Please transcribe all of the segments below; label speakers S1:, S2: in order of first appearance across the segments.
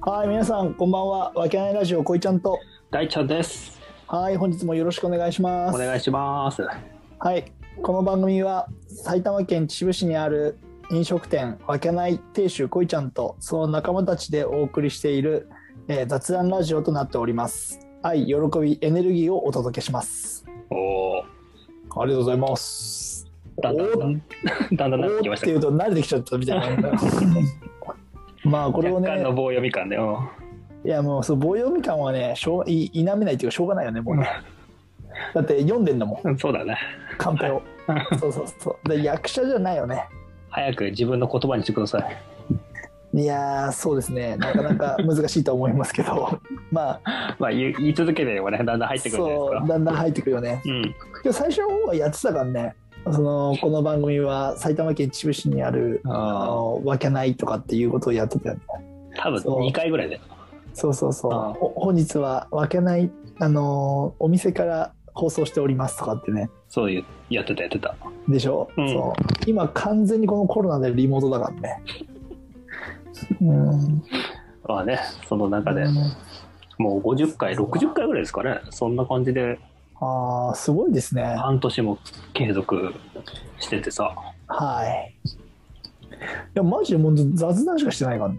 S1: はい、皆さん、こんばんは。わけないラジオ、こいちゃんと。
S2: 大ちゃんです。
S1: はい、本日もよろしくお願いしま
S2: お
S1: す。
S2: 願いします。は
S1: はい、この番組は埼玉県秩父市にある飲食店、わけない亭主こいちゃんと、その仲間たちでお送りしている、えー雑談ラジオとなっております。愛、喜び、エネルギーをお届けします。
S2: おお。
S1: ありがとうございます。
S2: だんだんだんだんだんなって
S1: おー
S2: きま
S1: っ
S2: して
S1: いう
S2: た。
S1: と慣れてきちゃったみたいな。まあこれを
S2: 若干
S1: ね
S2: の、棒読み感で、うん
S1: いやもうそう棒読み感はね、しょうい否めないというかしょうがないよねもうね。だって読んでんだもん、
S2: うんそうだね。
S1: カンペ を。そうそうそう。で役者じゃないよね。
S2: 早く自分の言葉にしてください。
S1: いやーそうですね、なかなか難しいと思いますけど、 まあ、
S2: まあ言い言い続けてればね、だんだん入ってくるんじゃない
S1: そう、
S2: で
S1: だんだん入ってくるよね。
S2: すか。
S1: でも最初の方はやってたからね、そのこの番組は埼玉県秩父市にある、
S2: あー
S1: あのわけないとかっていうことをやってたよね。
S2: うん。多
S1: そう
S2: 分二回ぐらいで。
S1: そうそうそう
S2: あー。
S1: ほ本日はわけない、あのーお店から放送しておりますとかってね。
S2: そういうやってたやってた。
S1: でしょ、
S2: うん
S1: そう今完全にこのコロナでリモートだから ね。うん。
S2: まあね、その中でもう五十回、六十回ぐらいですかね。そんな感じで
S1: ああ、すごいですね。
S2: 半年も継続しててさ。
S1: はい。いや、マジでもう雑談しかしてないから ね。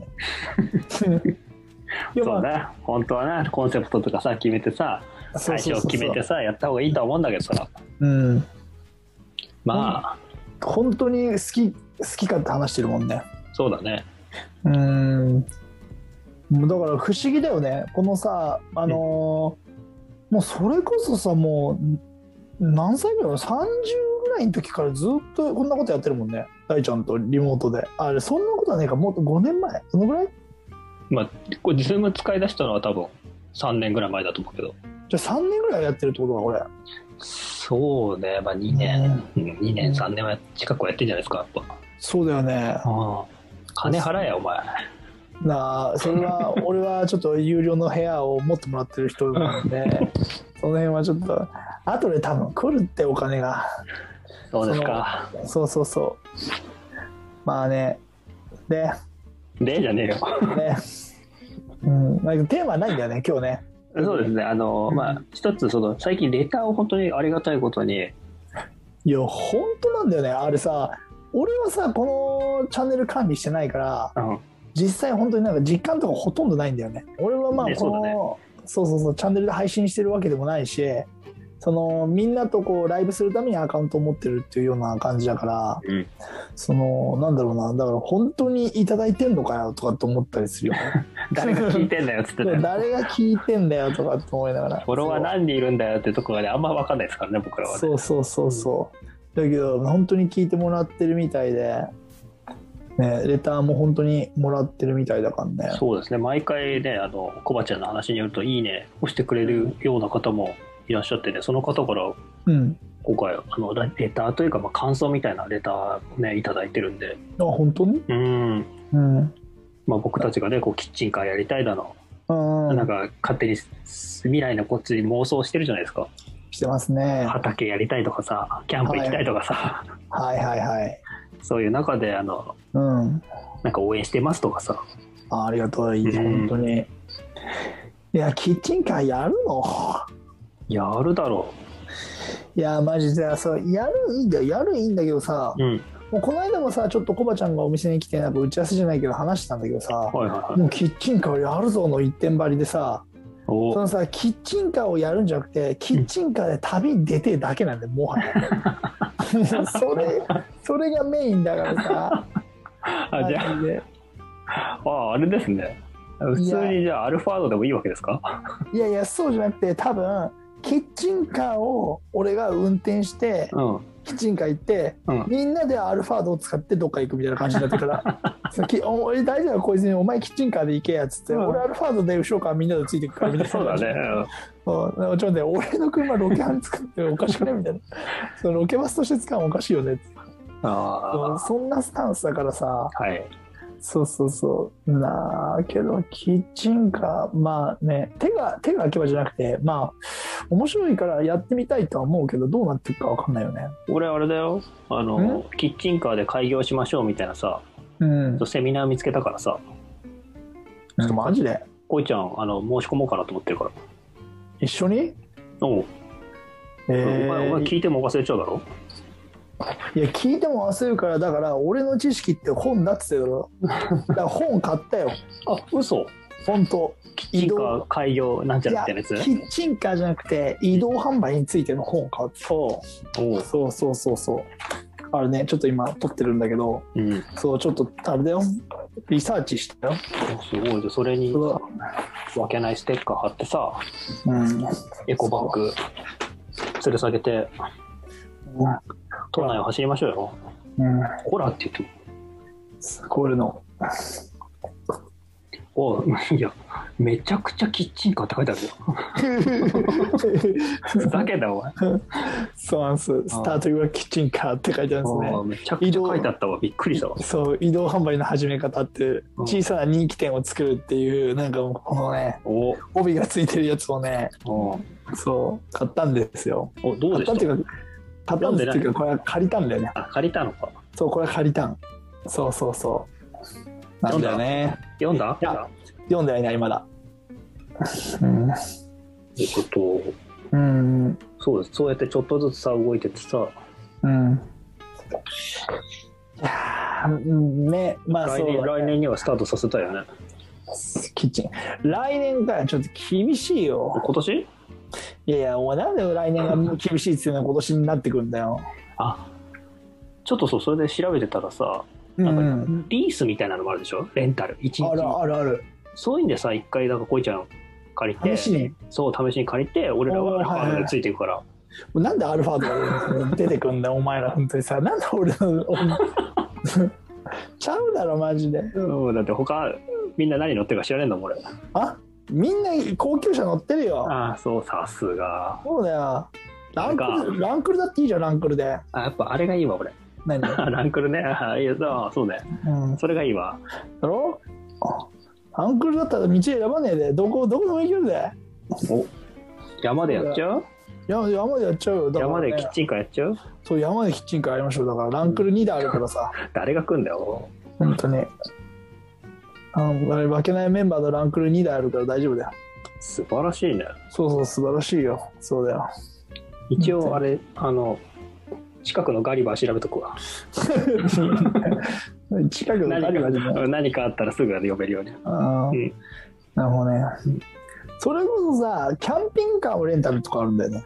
S1: いや
S2: そう
S1: ま
S2: ね。本当はね、コンセプトとかさ決めてさ、
S1: あ
S2: 最初決め
S1: そ
S2: て
S1: うそうそう
S2: さやった方がいいとは思うんだけどさ。
S1: そううん。
S2: ま
S1: 本当に好き、好きかって話してるもんね。
S2: あ、そうだね。
S1: うん。もうだから不思議だよね。このさ、あのーもうそれこそさ、もう、何歳ぐらいの ?30 ぐらいの時からずっとこんなことやってるもんね。大ちゃんとリモートで。あれ、そんなことはねえか。もっと5年前そのぐらい
S2: これ、ズーム使い出したのは多分3年ぐらい前だと思うけど。
S1: じゃあ3年ぐらいやってるってことか、これ。
S2: そうね、まあ2年、2年、3年は近くはやってんじゃないですか、やっぱ。
S1: そうだよね。
S2: 金払えよ、お前。
S1: なあそれは俺はちょっと有料の部屋を持ってもらってる人なんでその辺はちょっと後で多分来るってお金が
S2: そうですか。
S1: そうそうそうまあねで
S2: で、じゃねえよ。
S1: ねうんなんかテーマないんだよね今日ね
S2: そうですね、あの、まあ、一つ、その、最近レターを本当にありがたいことに、
S1: いや本当なんだよねあれさ俺はさこのチャンネル管理してないから
S2: うん、
S1: 実際本当になんか実感とかほとんどないんだよね俺はまあ
S2: ね
S1: こ
S2: そうだね
S1: のそう,、そうそうチャンネルで配信してるわけでもないしそのみんなとこうライブするためにアカウントを持ってるっていうような感じだから
S2: うん
S1: そのなんだろうなだから本当に頂いただいてんのかよとかと思ったりするよね
S2: 誰が聞いてんだよっつ ってたよ。
S1: 誰が聞いてんだよとかと思いながら
S2: フォロワー何人いるんだよってとこがね、あんま分かんないですからね、僕らはね。
S1: そうそうそうそう、だけど本当に聞いてもらってるみたいで、ね、レターも本当にもらってるみたいだからね
S2: そうですね、毎回ね、あの、コバちゃんの話によると、いいね、押してくれるような方もいらっしゃってね、その方から
S1: うん
S2: 今回あのレレターというか、まあ、感想みたいなレターをねいただいてるんで
S1: あ本当に
S2: うん、
S1: うん
S2: まあ、僕たちがねこうキッチンカーやりたいだの、
S1: うん
S2: なんか勝手に未来のこっちに妄想してるじゃないですか
S1: してますね。
S2: 畑やりたいとかさキャンプ行きたいとかさ、
S1: はいはいはい。
S2: そういう中であの
S1: うん。
S2: なんか応援してますとかさ
S1: あありがとう、いい、
S2: うん
S1: 本当に。いや、キッチンカーやるの
S2: やるだろ
S1: いや、マジで、そう、やるいいんだよ、やるいいんだけどさ
S2: う、、うん、
S1: もうこの間もさ、ちょっとコバちゃんがお店に来て、なんか打ち合わせじゃないけど話したんだけどさ、
S2: はいはいは い
S1: もうキッチンカーやるぞの一点張りでさ、
S2: お
S1: そ
S2: ー
S1: のさ、キッチンカーをやるんじゃなくて、キッチンカーで旅に出てえだけなんで、もはや。 それ、それがメインだからさ、
S2: あじゃ
S1: マジで
S2: あああれですね普通にじゃあアルファードでもいいわけですか
S1: いやいやそうじゃなくて多分キッチンカーを俺が運転して
S2: うん
S1: キッチンカー行って、
S2: うん
S1: みんなでアルファードを使ってどっか行くみたいな感じになってから そのきお俺大丈夫だこいつにお前キッチンカーで行けやっつって、
S2: うん
S1: 俺アルファードで後ろからみんなでついてくからみたいな
S2: そうだね、うん
S1: うんちょっと待って俺の車ロケハン使っておかしくないみ たいなそのロケバスとして使うのおかしいよねって
S2: あ
S1: そんなスタンスだからさ
S2: あはい
S1: そうそうそうなあけどキッチンカーまあね手が手が空けばじゃなくてまあ面白いからやってみたいとは思うけどどうなっていくかわかんないよね
S2: 俺あれだよあのキッチンカーで開業しましょうみたいなさ
S1: うん
S2: セミナー見つけたからさ
S1: ちょっとマジで
S2: こいちゃん、あの、申し込もうかなと思ってるから。
S1: 一緒に
S2: おう、
S1: え
S2: お前、お前
S1: ー、
S2: 聞いても忘れちゃうだろ
S1: いや聞いても忘れるからだから俺の知識って本だっつってた ろだから本買ったよ
S2: あ、嘘。
S1: 本当
S2: キッチンカー開業なんちゃらみたいなやつ
S1: キ。ッチンカーじゃなくて移動販売についての本を買ってそう
S2: おう、
S1: そうそうそうそうあれねちょっと今撮ってるんだけど
S2: うん。
S1: そうちょっとあれだよリサーチしたよ
S2: すごいでそれに
S1: うわ
S2: 分けないステッカー貼ってさ
S1: うん
S2: エコバッグ吊る下げて都内を走りましょうよ
S1: うん
S2: ほらって言っても
S1: これの
S2: おういやめちゃくちゃキッチンカーって書いてあるよふざけんなお前
S1: そうなんですスタートはキッチンカーって書いてあるんですね
S2: おうめちゃくちゃ書いてあったわびっくりしたわ
S1: そう移動販売の始め方って小さな人気店を作るっていうなんかもうこのね
S2: おう
S1: 帯がついてるやつをね
S2: おう
S1: そう買ったんですよ
S2: おどう
S1: 買
S2: で
S1: ったっ
S2: してた
S1: いうか買ったんですっていうかこれは借りたんだよね
S2: あ借りたのか
S1: そうこれは借りたんそうそうそうなんだよね
S2: 読んだ
S1: いや読んではいないまだうん
S2: ということ
S1: うん
S2: そうですそうやってちょっとずつさ動いてってさ
S1: うんいやーうんねまあそ
S2: 来
S1: う
S2: 年来年にはスタートさせたいよね
S1: キッチン来年からちょっと厳しいよ
S2: 今年
S1: いやいや、お前なんで来年が厳しいっていうのは今年になってくるんだよ。
S2: あちょっとそうそれで調べてたらさなんかリースみたいなのもあるでしょレンタル一日
S1: あるあるある。
S2: そういうんでさ一回なんかこいちゃんを借りて
S1: 試しに、
S2: そう試しに借りて俺ら
S1: おー
S2: は
S1: はいはい
S2: あのついていくから、
S1: なんでアルファード出てくんだよ、お前ら、本当に さ。なんで俺の。ちゃうだろ、マジで。
S2: うん、だって他みんな何乗ってるか知らねえんだもん俺
S1: あみんな高級車乗ってるよ。
S2: ああそうさすが
S1: そうだよ。ランク
S2: なん
S1: ル、ランクルだっていいじゃん、ランクルで。
S2: あやっぱあれがいいわ俺
S1: 何う
S2: ランクルねああいやそうそうね
S1: ん。だ
S2: それがいいわ
S1: ろランクルだったら道選ばねえで、どこ、どこでも行けるで。
S2: 山でやっちゃう
S1: 山山でやっちゃうよ。だから
S2: 山
S1: ね
S2: でキッチンカーやっちゃう
S1: そう、山でキッチンカーやりましょう。だから、ランクル2であるからさ。
S2: 誰が来んだよ
S1: 本当に。あの、あれ、負けないメンバーのランクル2台あるから大丈夫だよ。
S2: 素晴らしいね
S1: そうそう、素晴らしいよ。そうだ よ。
S2: 一応あれあの近くのガリバー調べとくわ
S1: 近くの
S2: 何
S1: ガリバリ
S2: か
S1: の。
S2: 何かあったらすぐ呼べるように
S1: あーなるほどね。それこそさ、キャンピングカーもレンタルとかあるんだよね。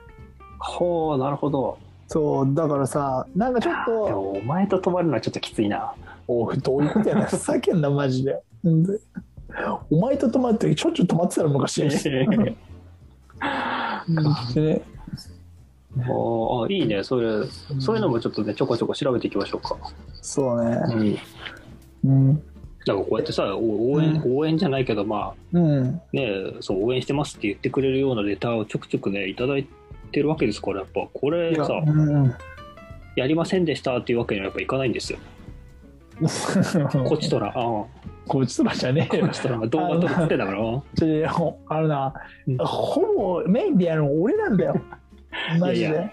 S2: ほうなるほど
S1: そう、だからさ、なんかちょっと、
S2: でもお前と泊まるのはちょっときつい な
S1: おいどういうことや ねん。ふざけんな、マジで。うんお前と泊まるとき、しょっちゅう泊まってたら昔。でね
S2: おーあいいねそれそういうのもちょっとねちょこちょこ調べていきましょうか、
S1: そうね。
S2: うん、
S1: うん。
S2: なんかこうやってさお応援、応援じゃないけどまあ
S1: うん。
S2: ねそう応援してますって言ってくれるようなレターをちょくちょくねいただいてるわけですからやっぱこれ
S1: いや
S2: さ
S1: うん
S2: やりませんでしたっていうわけにはやっぱいかないんですよこっちとらああ
S1: こっちとらじゃねえ
S2: こ
S1: よ
S2: っ。ちとら動画撮ってんだから
S1: ちょいやあるな、
S2: うん
S1: ほぼメインでやるの俺なんだ よ。マジで。
S2: いやい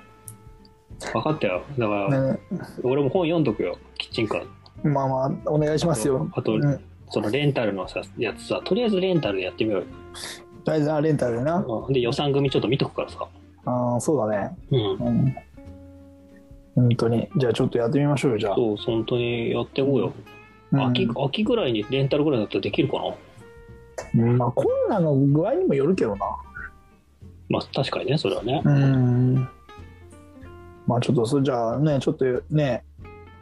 S2: 分かったよだから
S1: ね
S2: 俺も本読んどくよキッチンカー
S1: まあまあ、お願いしますよ。
S2: あと
S1: うんと
S2: そのレンタルのさやつさとりあえずレンタルでやってみようよ
S1: りあえずあレンタルでな。
S2: うんで予算組ちょっと見とくからさ、
S1: あーそうだね。
S2: うん、
S1: うん。本当に。じゃあちょっとやってみましょうよ、じゃあ。
S2: そう本当にやっていこうよ、
S1: うん
S2: 秋秋ぐらいにレンタルぐらいだったらできるかな
S1: うんまあコロナの具合にもよるけどな。
S2: まあ確かにねそれはね、
S1: うん。まあちょっと、それじゃあね、ちょっとね、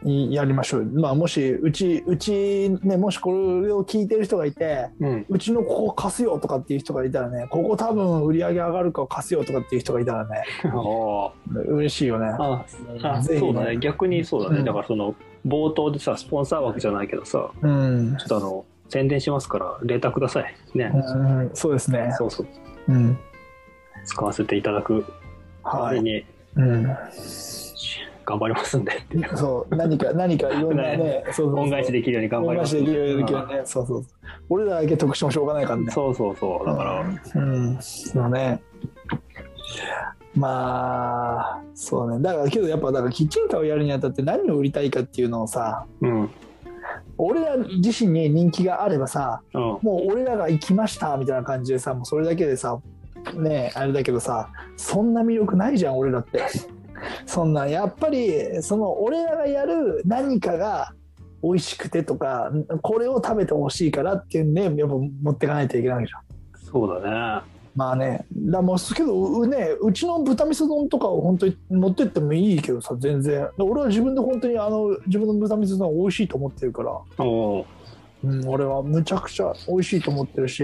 S1: いやりましょうよ。まあもし、うち、うち、ね、もしこれを聞いてる人がいて、
S2: うん、
S1: うちのここ貸すよとかっていう人がいたらね、ここ多分売り上げ上がるから貸すよとかっていう人がいたらね、
S2: あ
S1: 嬉しいよね。
S2: ああ
S1: ぜひ
S2: そうだね逆にそうだね、
S1: うん
S2: だからその冒頭でさスポンサー枠じゃないけどさ
S1: うん
S2: ちょ。っとあの宣伝しますからレーターくださいね、
S1: うん、そうですね。
S2: そうそう
S1: うん。
S2: 使わせていただくあ
S1: は
S2: れ
S1: い。
S2: に
S1: うん。
S2: 頑張りますんでっていう
S1: そう、何か、何かいろんなね、そうそうそう
S2: 恩返しできるように頑張
S1: 恩
S2: りま
S1: 返し
S2: す
S1: できるようにでき
S2: う
S1: る
S2: ん
S1: ね。そうそう。俺らだけ得してもしょうがないからね。
S2: そうそうそうだから、
S1: うん。そうね。まあ、そうね。だから、けどやっぱ、だからキッチンカーをやるにあたって何を売りたいかっていうのをさ、
S2: うん
S1: 俺ら自身に人気があればさ
S2: うん
S1: もう俺らが行きましたみたいな感じでさもうそれだけでさねえあれだけどさそんな魅力ないじゃん俺らって そんなんやっぱりその俺らがやる何かが美味しくてとかこれを食べてほしいからっていうんでやっぱ持ってかないといけないわけじゃん
S2: そうだね
S1: まあねだもうけどうねうちの豚味噌丼とかを本当に持ってってもいいけどさ全然で俺は自分で本当にあの自分の豚味噌丼美味しいと思ってるから
S2: おう
S1: うん、俺はむちゃくちゃ美味しいと思ってるし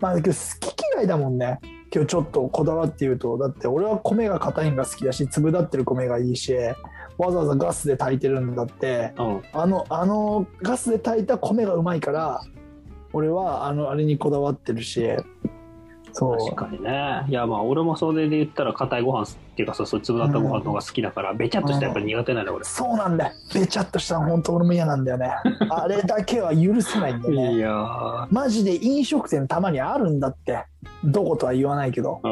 S1: まあだけど好き嫌いだもんね今日ちょっとこだわって言うとだって俺は米が硬いのが好きだし粒立ってる米がいいしわざわざガスで炊いてるんだって
S2: うん
S1: あのあのガスで炊いた米がうまいから俺はあのあれにこだわってるしそう
S2: 確かにねいやまあ俺もそれで言ったら硬いご飯っていうかさそういう粒だったご飯の方が好きだから、べちゃっとしたやっぱ苦手なのよ
S1: そうなんだよべちゃっとしたの本当俺も嫌なんだよねあれだけは許せないんだよ
S2: 俺
S1: ね
S2: いやー
S1: マジで飲食店たまにあるんだってどことは言わないけど
S2: う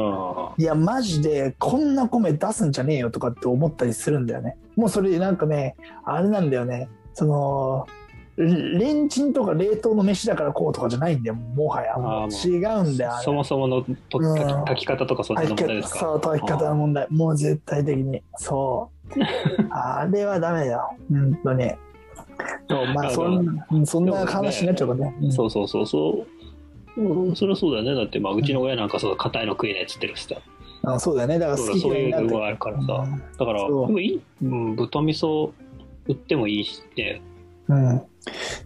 S2: ん
S1: いやマジでこんな米出すんじゃねえよとかって思ったりするんだよねもうそれなんかねあれなんだよねそのレレンチンとか冷凍の飯だからこうとかじゃないんだよもはや
S2: あーもう
S1: 違うんだよあれ
S2: そもそものと
S1: うん
S2: 炊き炊き方とかそっち
S1: 炊
S2: の問
S1: き
S2: 題です
S1: 方そ
S2: か
S1: う炊き方の問題もう絶対的にそう あれはダメだよ本当にそうまあ
S2: あの
S1: そんなそんな話になっちゃうからねうん
S2: そうそうそうそううんそりゃそうだよねだってまあうちの親なんかそう硬いの食えないっつってるしさ
S1: あそうだよねだから
S2: そう
S1: 好
S2: だ
S1: き
S2: そう
S1: 嫌い
S2: い
S1: になって
S2: う
S1: く
S2: の
S1: る
S2: があるからさ
S1: うん
S2: だからで
S1: そう
S2: もいい、うん、豚味噌売ってもいいしね
S1: うん、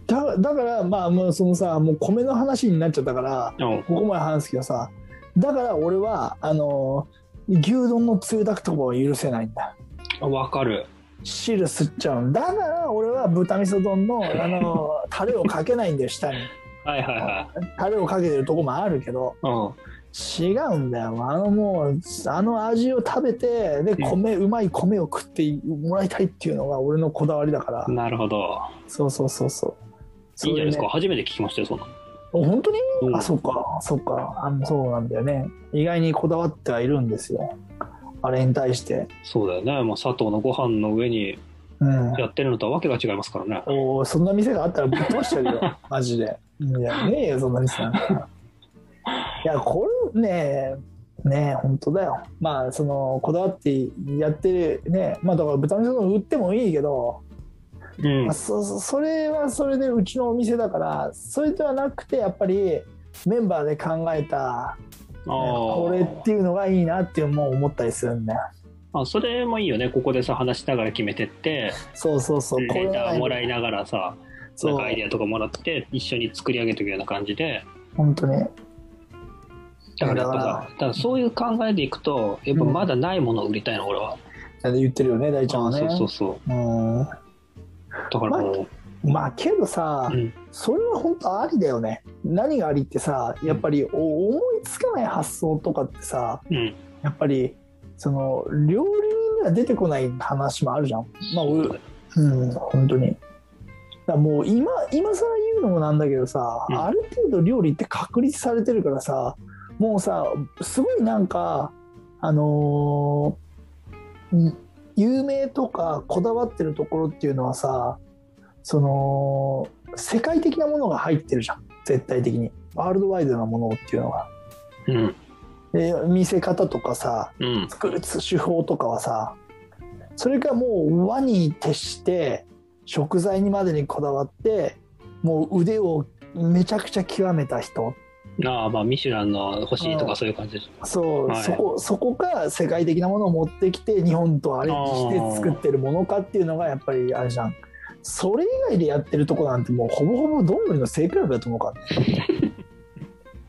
S1: だだからまあもうそのさもう米の話になっちゃったから
S2: うん
S1: ここまで話すけどさだから俺はあの牛丼のつゆだくとかは許せないんだ
S2: あわかる
S1: 汁吸っちゃうんだから俺は豚味噌丼のあのタレをかけないんだよ下に
S2: はいはいは
S1: タレをかけてるとこもあるけど
S2: いうん
S1: 違うんだよあのもうあの味を食べてで米うまい米を食ってもらいたいっていうのが俺のこだわりだから
S2: なるほど。
S1: そうそうそうそう
S2: いいんじゃないです
S1: そ
S2: か。
S1: れね
S2: 初めて聞きましたよ、そんなの。
S1: お本当に
S2: うん
S1: あ、そうか、そうか、あのそうなんだよね。意外にこだわってはいるんですよ。あれに対して。
S2: そうだよね。もう佐藤のご飯の上に
S1: うん。
S2: やってるのとはわけが違いますからね。
S1: おお、そんな店があったらぶっ飛ばしてやる よ、マジで。いや、ねえよ、そんな店なんか。いや、これね、ねえ、本当だよ。まあ、その、こだわってやってる、ね、まあ、だから豚味噌丼売ってもいいけど、
S2: うん
S1: まあ、。そそそれはそれでうちのお店だから、それではなくて、やっぱり、メンバーで考えたこれっていうのがいいなっていうもう思ったりするんだよ
S2: ああ、それもいいよね。ここでさ、話しながら決めてって、
S1: そうそうそうこれ
S2: データ
S1: は
S2: もらいながらさ、な
S1: そ
S2: ん
S1: う
S2: かアイデアとかもらって、一緒に作り上げていくような感じで。
S1: 本当に
S2: だからやっぱ
S1: だから
S2: さ、だからそういう考えでいくと、やっぱまだないものを売りたいの、俺は。
S1: 言ってるよね大ちゃんはね
S2: そうそうそう。
S1: う
S2: だからも
S1: んまあけどさ
S2: う、うん。
S1: それは本当ありだよね何がありってさやっぱりお思いつかない発想とかってさ
S2: うん。
S1: やっぱりその料理人には出てこない話もあるじゃんまあ俺うん本当にだからもう今今更言うのもなんだけどさ、
S2: うん
S1: ある程度料理って確立されてるからさもうさすごいなんかあのーん有名とかこだわってるところっていうのはさその世界的なものが入ってるじゃん絶対的にワールドワイドなものっていうのが。
S2: うん。
S1: で見せ方とかさ
S2: うん。
S1: 作る手法とかはさそれがもう和に徹して食材にまでにこだわってもう腕をめちゃくちゃ極めた人
S2: ああ、まあ、ミシュランの星と
S1: う
S2: か
S1: ん
S2: そういう感じです。
S1: そう、
S2: はい
S1: そこそこが世界的なものを持ってきて日本とアレンジして作ってるものかっていうのがやっぱりあれじゃんそれ以外でやってるとこなんてもうほぼほぼどんぐりの性比べだと思うから ね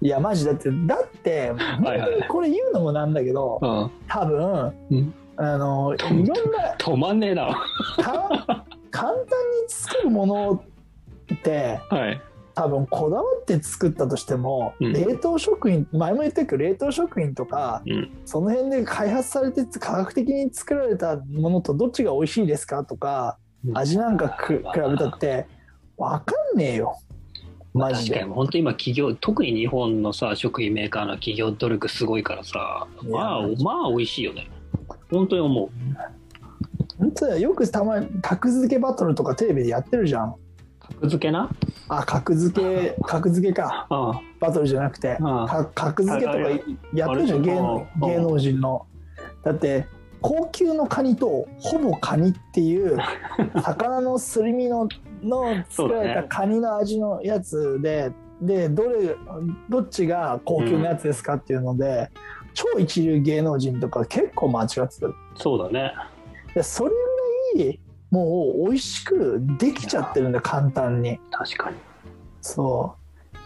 S1: いやマジだってだって
S2: いはい
S1: これ言うのもなんだけど
S2: うん。
S1: 多分、
S2: うん
S1: あのいろんな
S2: 止まんねえな。
S1: か簡単に作るものって
S2: はい。
S1: 多分こだわって作ったとしても、
S2: うん
S1: 冷凍食品前も言ったけど冷凍食品とか、
S2: うん
S1: その辺で開発されて科学的に作られたものとどっちが美味しいですかとか
S2: うん
S1: 味なんかく比べたって分かんねえよマジ
S2: 確かに
S1: で。
S2: 本当今企業特に日本のさ食品メーカーの企業努力すごいからさ
S1: いや
S2: まあまあ美味しいよね本当に思う
S1: 本当だよよくたまに格付けバトルとかテレビでやってるじゃん。
S2: 格付けな
S1: あ格付け格付けか
S2: うん
S1: バトルじゃなくて
S2: うん
S1: か格付けとかやってるじゃん
S2: あれ
S1: 芸能
S2: うん
S1: 芸能人のだって高級のカニとほぼカニっていう 魚のすり身のの作られ
S2: そうだ
S1: た
S2: ね
S1: カニの味のやつで、でどれどっちが高級のやつですかっていうので、超一流芸能人とか結構間違ってた
S2: そうだね
S1: でそれぐらいもう美味しくできちゃってるんだ簡単に
S2: 確かに
S1: そ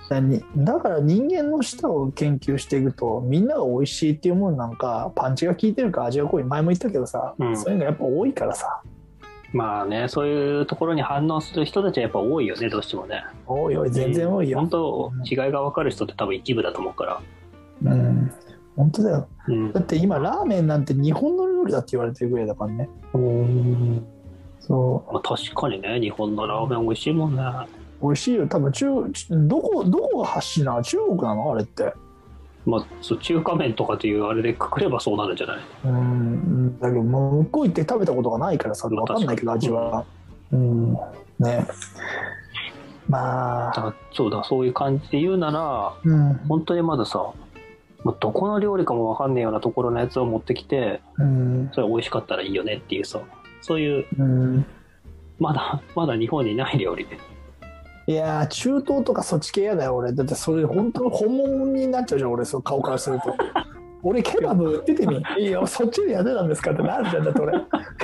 S1: うだにだから人間の舌を研究していくとみんなが美味しいっていうものなんかパンチが効いてるか味が濃い前も言ったけどさ、
S2: うん
S1: そういうのやっぱ多いからさ
S2: まあねそういうところに反応する人たちはやっぱ多いよねどうしてもね
S1: 多い多い全然多いよ
S2: 本、当違いが分かる人って多分一部だと思うから
S1: うん、本当だよ
S2: うん
S1: だって今ラーメンなんて日本の料理だって言われてるぐらいだからねそ
S2: まあ、確かにね日本のラーメン美味しいもんね
S1: う美味しいよ多分中ちどこどこが発信なの中国なのあれって
S2: まあ、そう中華麺とかっていうあれでくくればそうなるんじゃない
S1: うんだけどもう向こう行って食べたことがないからさ分かんないけど味はうんねま
S2: だ
S1: あ
S2: からそうだそういう感じで言うなら
S1: うん
S2: 本当にまださ、まあ、どこの料理かも分かんねえようなところのやつを持ってきて
S1: うん
S2: それ美味しかったらいいよねっていうさそういう
S1: うん
S2: まだまだ日本にない料理
S1: いやー中東とかそっち系やだよ俺だってそれ本当の本物になっちゃうじゃん俺そう顔からすると 俺ケバブ売っててみいやそっちでやってたんですかってなるじゃんだ って俺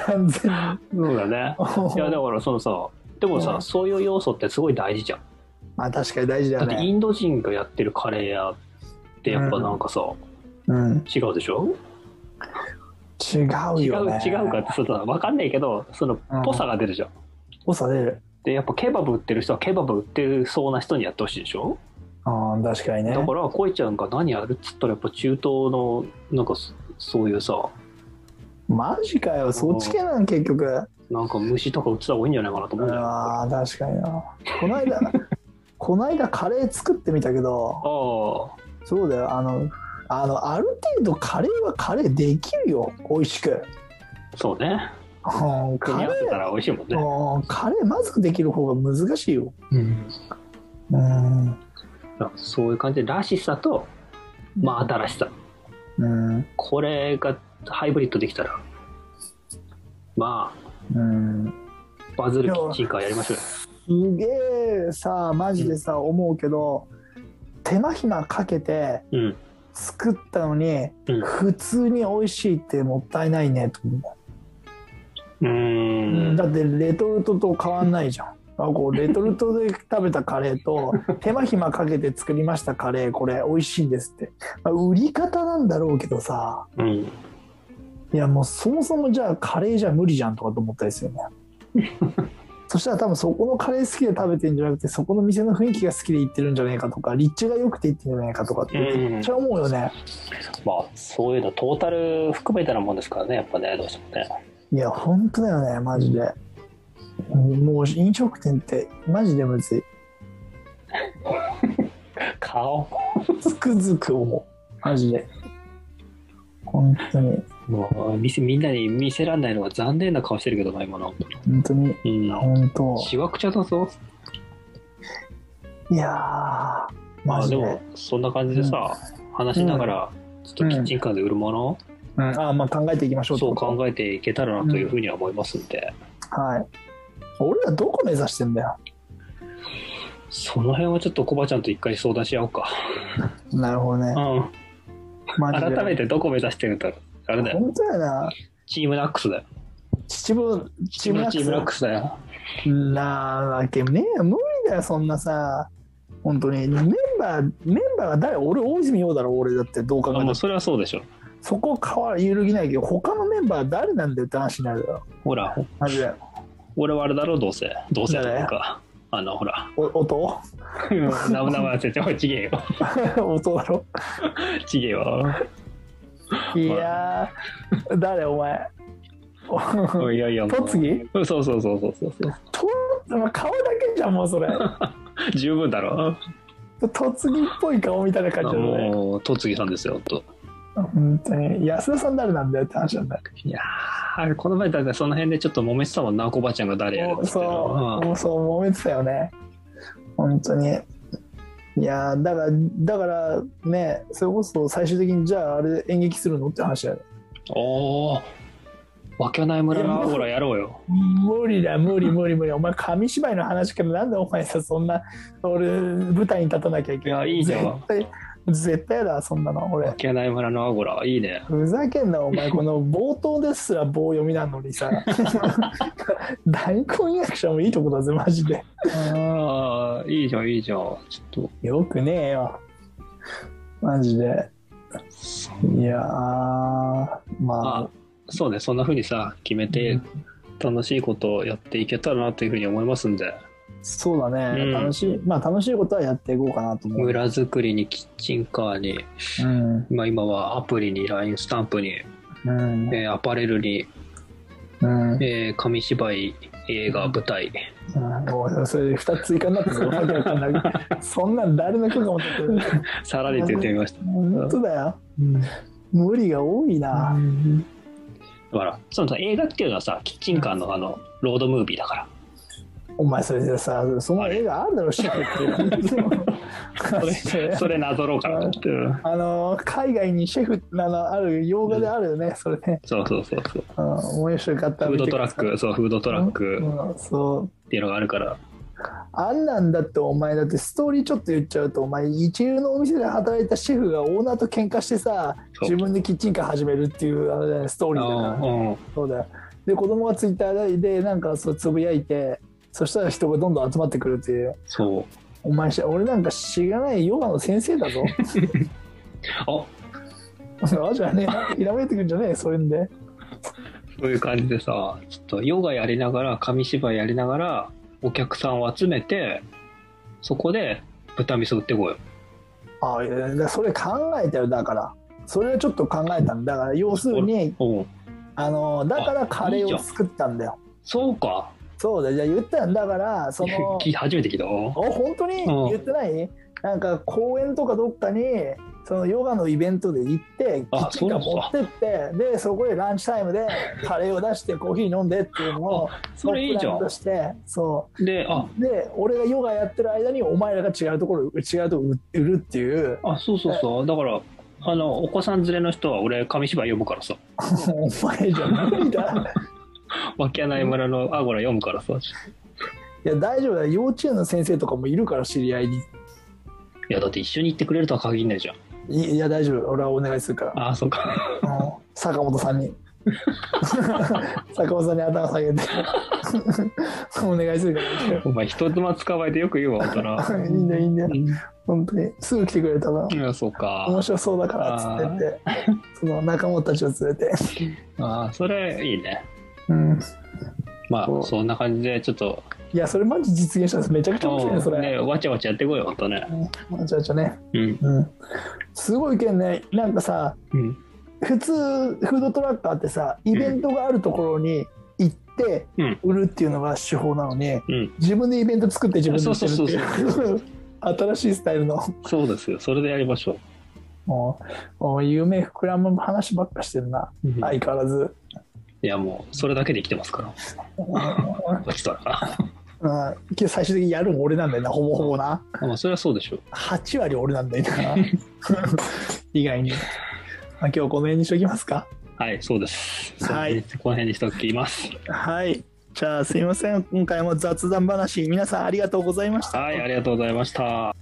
S1: 完全に
S2: そうだねいやだからそのさでもさ、
S1: うん
S2: そういう要素ってすごい大事じゃん
S1: まあ確かに大事だ
S2: だ
S1: よ
S2: ってイ
S1: ね
S2: ンド人がやってるカレー屋ってやっぱなんかさ、
S1: うん
S2: 違うでしょ
S1: 違う
S2: 違
S1: よ
S2: う
S1: ね
S2: 違うかってそうだ分かんないけどその
S1: うん
S2: ぽさが出るじゃん、
S1: 誤差出る
S2: でやっぱケバブ売ってる人はケバブ売ってるそうな人にやってほしいでしょ、
S1: あー確かにね
S2: だからこいちゃんが何やるっつったらやっぱ中東のなんかそそういうさ
S1: マジかよそっち系なん結局
S2: なんか虫とか売ってた方がいいんじゃないかなと思うんだよ
S1: あ
S2: あ
S1: あ確かになこの間 この間カレー作ってみたけど
S2: あ
S1: そうだよあのあのある程度カレーはカレーできるよ美味しく、
S2: そうね
S1: うん、
S2: 組み
S1: カ
S2: 合わせ
S1: レ
S2: たら美味しいもん
S1: ー、
S2: ね、
S1: うんカレーまずできる方が難しいよ
S2: うん、
S1: うん、
S2: そういう感じでらしさとまあ新しさ
S1: うん
S2: これがハイブリッドできたらま
S1: うん、
S2: あバズるキッチンカーやりましょうよ
S1: すげえさマジでさ思うけど手間暇かけて
S2: うん
S1: 作ったのに、
S2: うん
S1: 普通に美味しいってもったいないねと思う
S2: うーん
S1: だってレトルトと変わんないじゃん。あこうレトルトで食べたカレー と手間暇かけて作りましたカレーこれ美味しいんですって、まあ売り方なんだろうけどさ
S2: うん
S1: いやもうそもそもじゃあカレーじゃ無理じゃんとかと思ったりするよね そしたら多分そこのカレー好きで食べてんじゃなくてそこの店の雰囲気が好きで行ってるんじゃないかとか立地が良くて行ってんじゃないかとかってめっちゃ思うよね、
S2: まあそういうのトータル含めたらもんですからねやっぱねどうしてもね
S1: いや本当だよねマジで、もう飲食店ってマジでむずい
S2: 顔
S1: つくづく思うマジで本当に
S2: もう見せみんなに見せられないのが残念な顔してるけどな今の
S1: 本当に
S2: うん
S1: 本当
S2: しわくちゃだぞ
S1: いやー
S2: ま
S1: マ
S2: あ
S1: ジ
S2: で
S1: で、
S2: もそんな感じでさ、話しながらちょっとキッチンカーで売るもの、
S1: うんあまあ考えていきましょうって
S2: そう
S1: こと
S2: 考えていけたらなというふうには思いますんで、
S1: はい俺らどこ目指してんだよ
S2: その辺はちょっとコバちゃんと一回相談し合おうか、
S1: なるほどね
S2: うん、
S1: マジで
S2: 改めてどこ目指してるんだろうあれだよ
S1: 本当やな
S2: チームナックスだよ
S1: 秩父
S2: チー
S1: 秩
S2: ム
S1: 父
S2: チームナックスだよ
S1: なわけねえ無理だよそんなさ本当にメンバーメンバーが誰俺大泉洋だろ俺だってどう考えて
S2: あもう
S1: も
S2: それはそうでしょ
S1: そこ変わる揺るぎないけど他のメンバー誰なんだよって話になるだろ
S2: ほら
S1: マジで
S2: 俺はあれだろどうせどうせというかあのほら
S1: お音
S2: ナムナム忘れておいちげえよ
S1: 音だろ
S2: ちげえわ
S1: いやー誰お前
S2: いやいやもう
S1: とつぎ
S2: そうそうそうそうそうそう
S1: と顔だけじゃんもうそ れ
S2: 十分だろ
S1: とつぎっぽい顔みたいな感じだね
S2: もうとつぎさんですよと
S1: 本当に安田さん誰なんだよって話なんだよ
S2: いやーこの前だってその辺でちょっと揉めてたもんなコバちゃんが誰やるっつって
S1: そう
S2: うん
S1: もうそう揉めてたよね本当にいやーだからだからねそれこそ最終的にじゃああれ演劇するのって話だよね
S2: おおわけない村のアゴラやろうよ
S1: 無理だ無理無理無理お前紙芝居の話からなんでお前さそんな俺舞台に立たなきゃいけない
S2: いやいいじゃん
S1: 絶対絶対やだそんなの俺
S2: わけない村のアゴラいいね
S1: ふざけんなお前この冒頭ですら棒読みなのに さ大根役者もいいとこだぜマジで
S2: ああいいじゃんいいじゃんちょっと
S1: よくねえよマジでいやーまあ
S2: あそうねそんな風にさ決め
S1: う
S2: て
S1: ん
S2: 楽しいことをやっていけたらなというふうに思いますんで
S1: そうだね、
S2: うん
S1: 楽しいまあ楽しいことはやっていこうかなと思う、
S2: 村づくりにキッチンカーに、
S1: うん
S2: まあ、今はアプリに LINE スタンプに、
S1: うん
S2: えーアパレルに、
S1: うん
S2: えー紙芝居映画舞台
S1: うんおいそれ2つ追加になったぞわけわかん ないそんなん誰の許可も取ってる
S2: さらりと言ってみました
S1: 本当だよ、無理が多いな、
S2: だからそのさ映画っていうのはさキッチンカーのあのロードムービーだから
S1: お前それでさその映画あるだろシャ
S2: そ
S1: ーって
S2: れそれなぞろうかなと思ってうん
S1: あの海外にシェフなのある洋画であるよね、それね、
S2: そうそうそうそう
S1: うん、面白かった
S2: フードトラッ
S1: 見てくだ
S2: クそうフードトラック
S1: さいうんそう
S2: っていうのがあるから
S1: あんなんだってお前だってストーリーちょっと言っちゃうとお前一流のお店で働いたシェフがオーナーと喧嘩してさ
S2: そう
S1: 自分でキッチンカー始めるっていうあれだよねストーリーだから
S2: あーうん
S1: そうだよで子供がツイッターでなんかそうつぶやいてそしたら人がどんどん集まってくるっていう
S2: そう
S1: お前し俺なんか知らないヨガの先生だぞ
S2: あ
S1: あじゃあねひらめいてくんじゃねえそういうんで
S2: そういう感じでさちょっとヨガやりながら紙芝居やりながらお客さんを集めてそこで豚味噌売ってこいよ
S1: ああいやだからそれ考えたよだからそれはちょっと考えたんだだから要するに
S2: うん
S1: あのだからカレーを作ったんだよ
S2: そうか
S1: そうだじゃあ言ったんだからそ の
S2: 聞い初めて聞いたわ
S1: あ本当に
S2: うん
S1: 言ってない、なんか公園とかどっかにそのヨガのイベントで行ってキ
S2: あ
S1: ッチンカー
S2: そう
S1: 持
S2: な
S1: ってってでそこでランチタイムでカレーを出してコーヒー飲んでっていうのを
S2: それいいじゃ
S1: プランと
S2: ん
S1: してそ
S2: であ
S1: うで俺がヨガやってる間にお前らが違うところ違うとこ売るっていう
S2: あそうそうそうだからあのお子さん連れの人は俺紙芝居読むからさ
S1: お前じゃないだ
S2: わけない村のアゴラ読むからさ い
S1: いや大丈夫だよ幼稚園の先生とかもいるから知り合いに
S2: やだって一緒に行ってくれるとは限らないじゃん
S1: いいや大丈夫俺はお願いするから
S2: ああそうか
S1: うん坂本さんに坂本さんに頭下げてお願いするか
S2: お前人妻捕まえてよく言うわほんな
S1: ら いいんだよいいんだよ本当にすぐ来てくれたら
S2: いやそうか
S1: 面白そうだからっつってってその仲間たちを連れて
S2: ああそれいいね
S1: うん
S2: ま
S1: そう
S2: あそんな感じでちょっと
S1: いやそれマジ実現したんですめちゃくちゃ面白いねそれ、
S2: ねわちゃわちゃやってこいよほんとね
S1: まあちゃちゃね
S2: うん
S1: うんすごいけんねなんかさ
S2: うん
S1: 普通フードトラッカーってさイベントがあるところに行って
S2: うん
S1: 売るっていうのが手法なのに、
S2: うん
S1: 自分でイベント作って自分で売ってるっていう 新しいスタイルの
S2: そうですよそれでやりましょ
S1: もうもう夢膨らむ話ばっかしてるな
S2: う、うん
S1: 相変わらず、
S2: いやもうそれだけで生きてますからこっちと ら
S1: うん、けど最終的にやるの俺なんだよなほぼほぼな
S2: まあそれはそうでしょう
S1: 8割俺なんだよ な以外に、まあ、今日この辺にしときますか
S2: はいそうです
S1: はい
S2: この辺にしておきます
S1: はいじゃあすいません今回も雑談話皆さんありがとうございました
S2: はいありがとうございました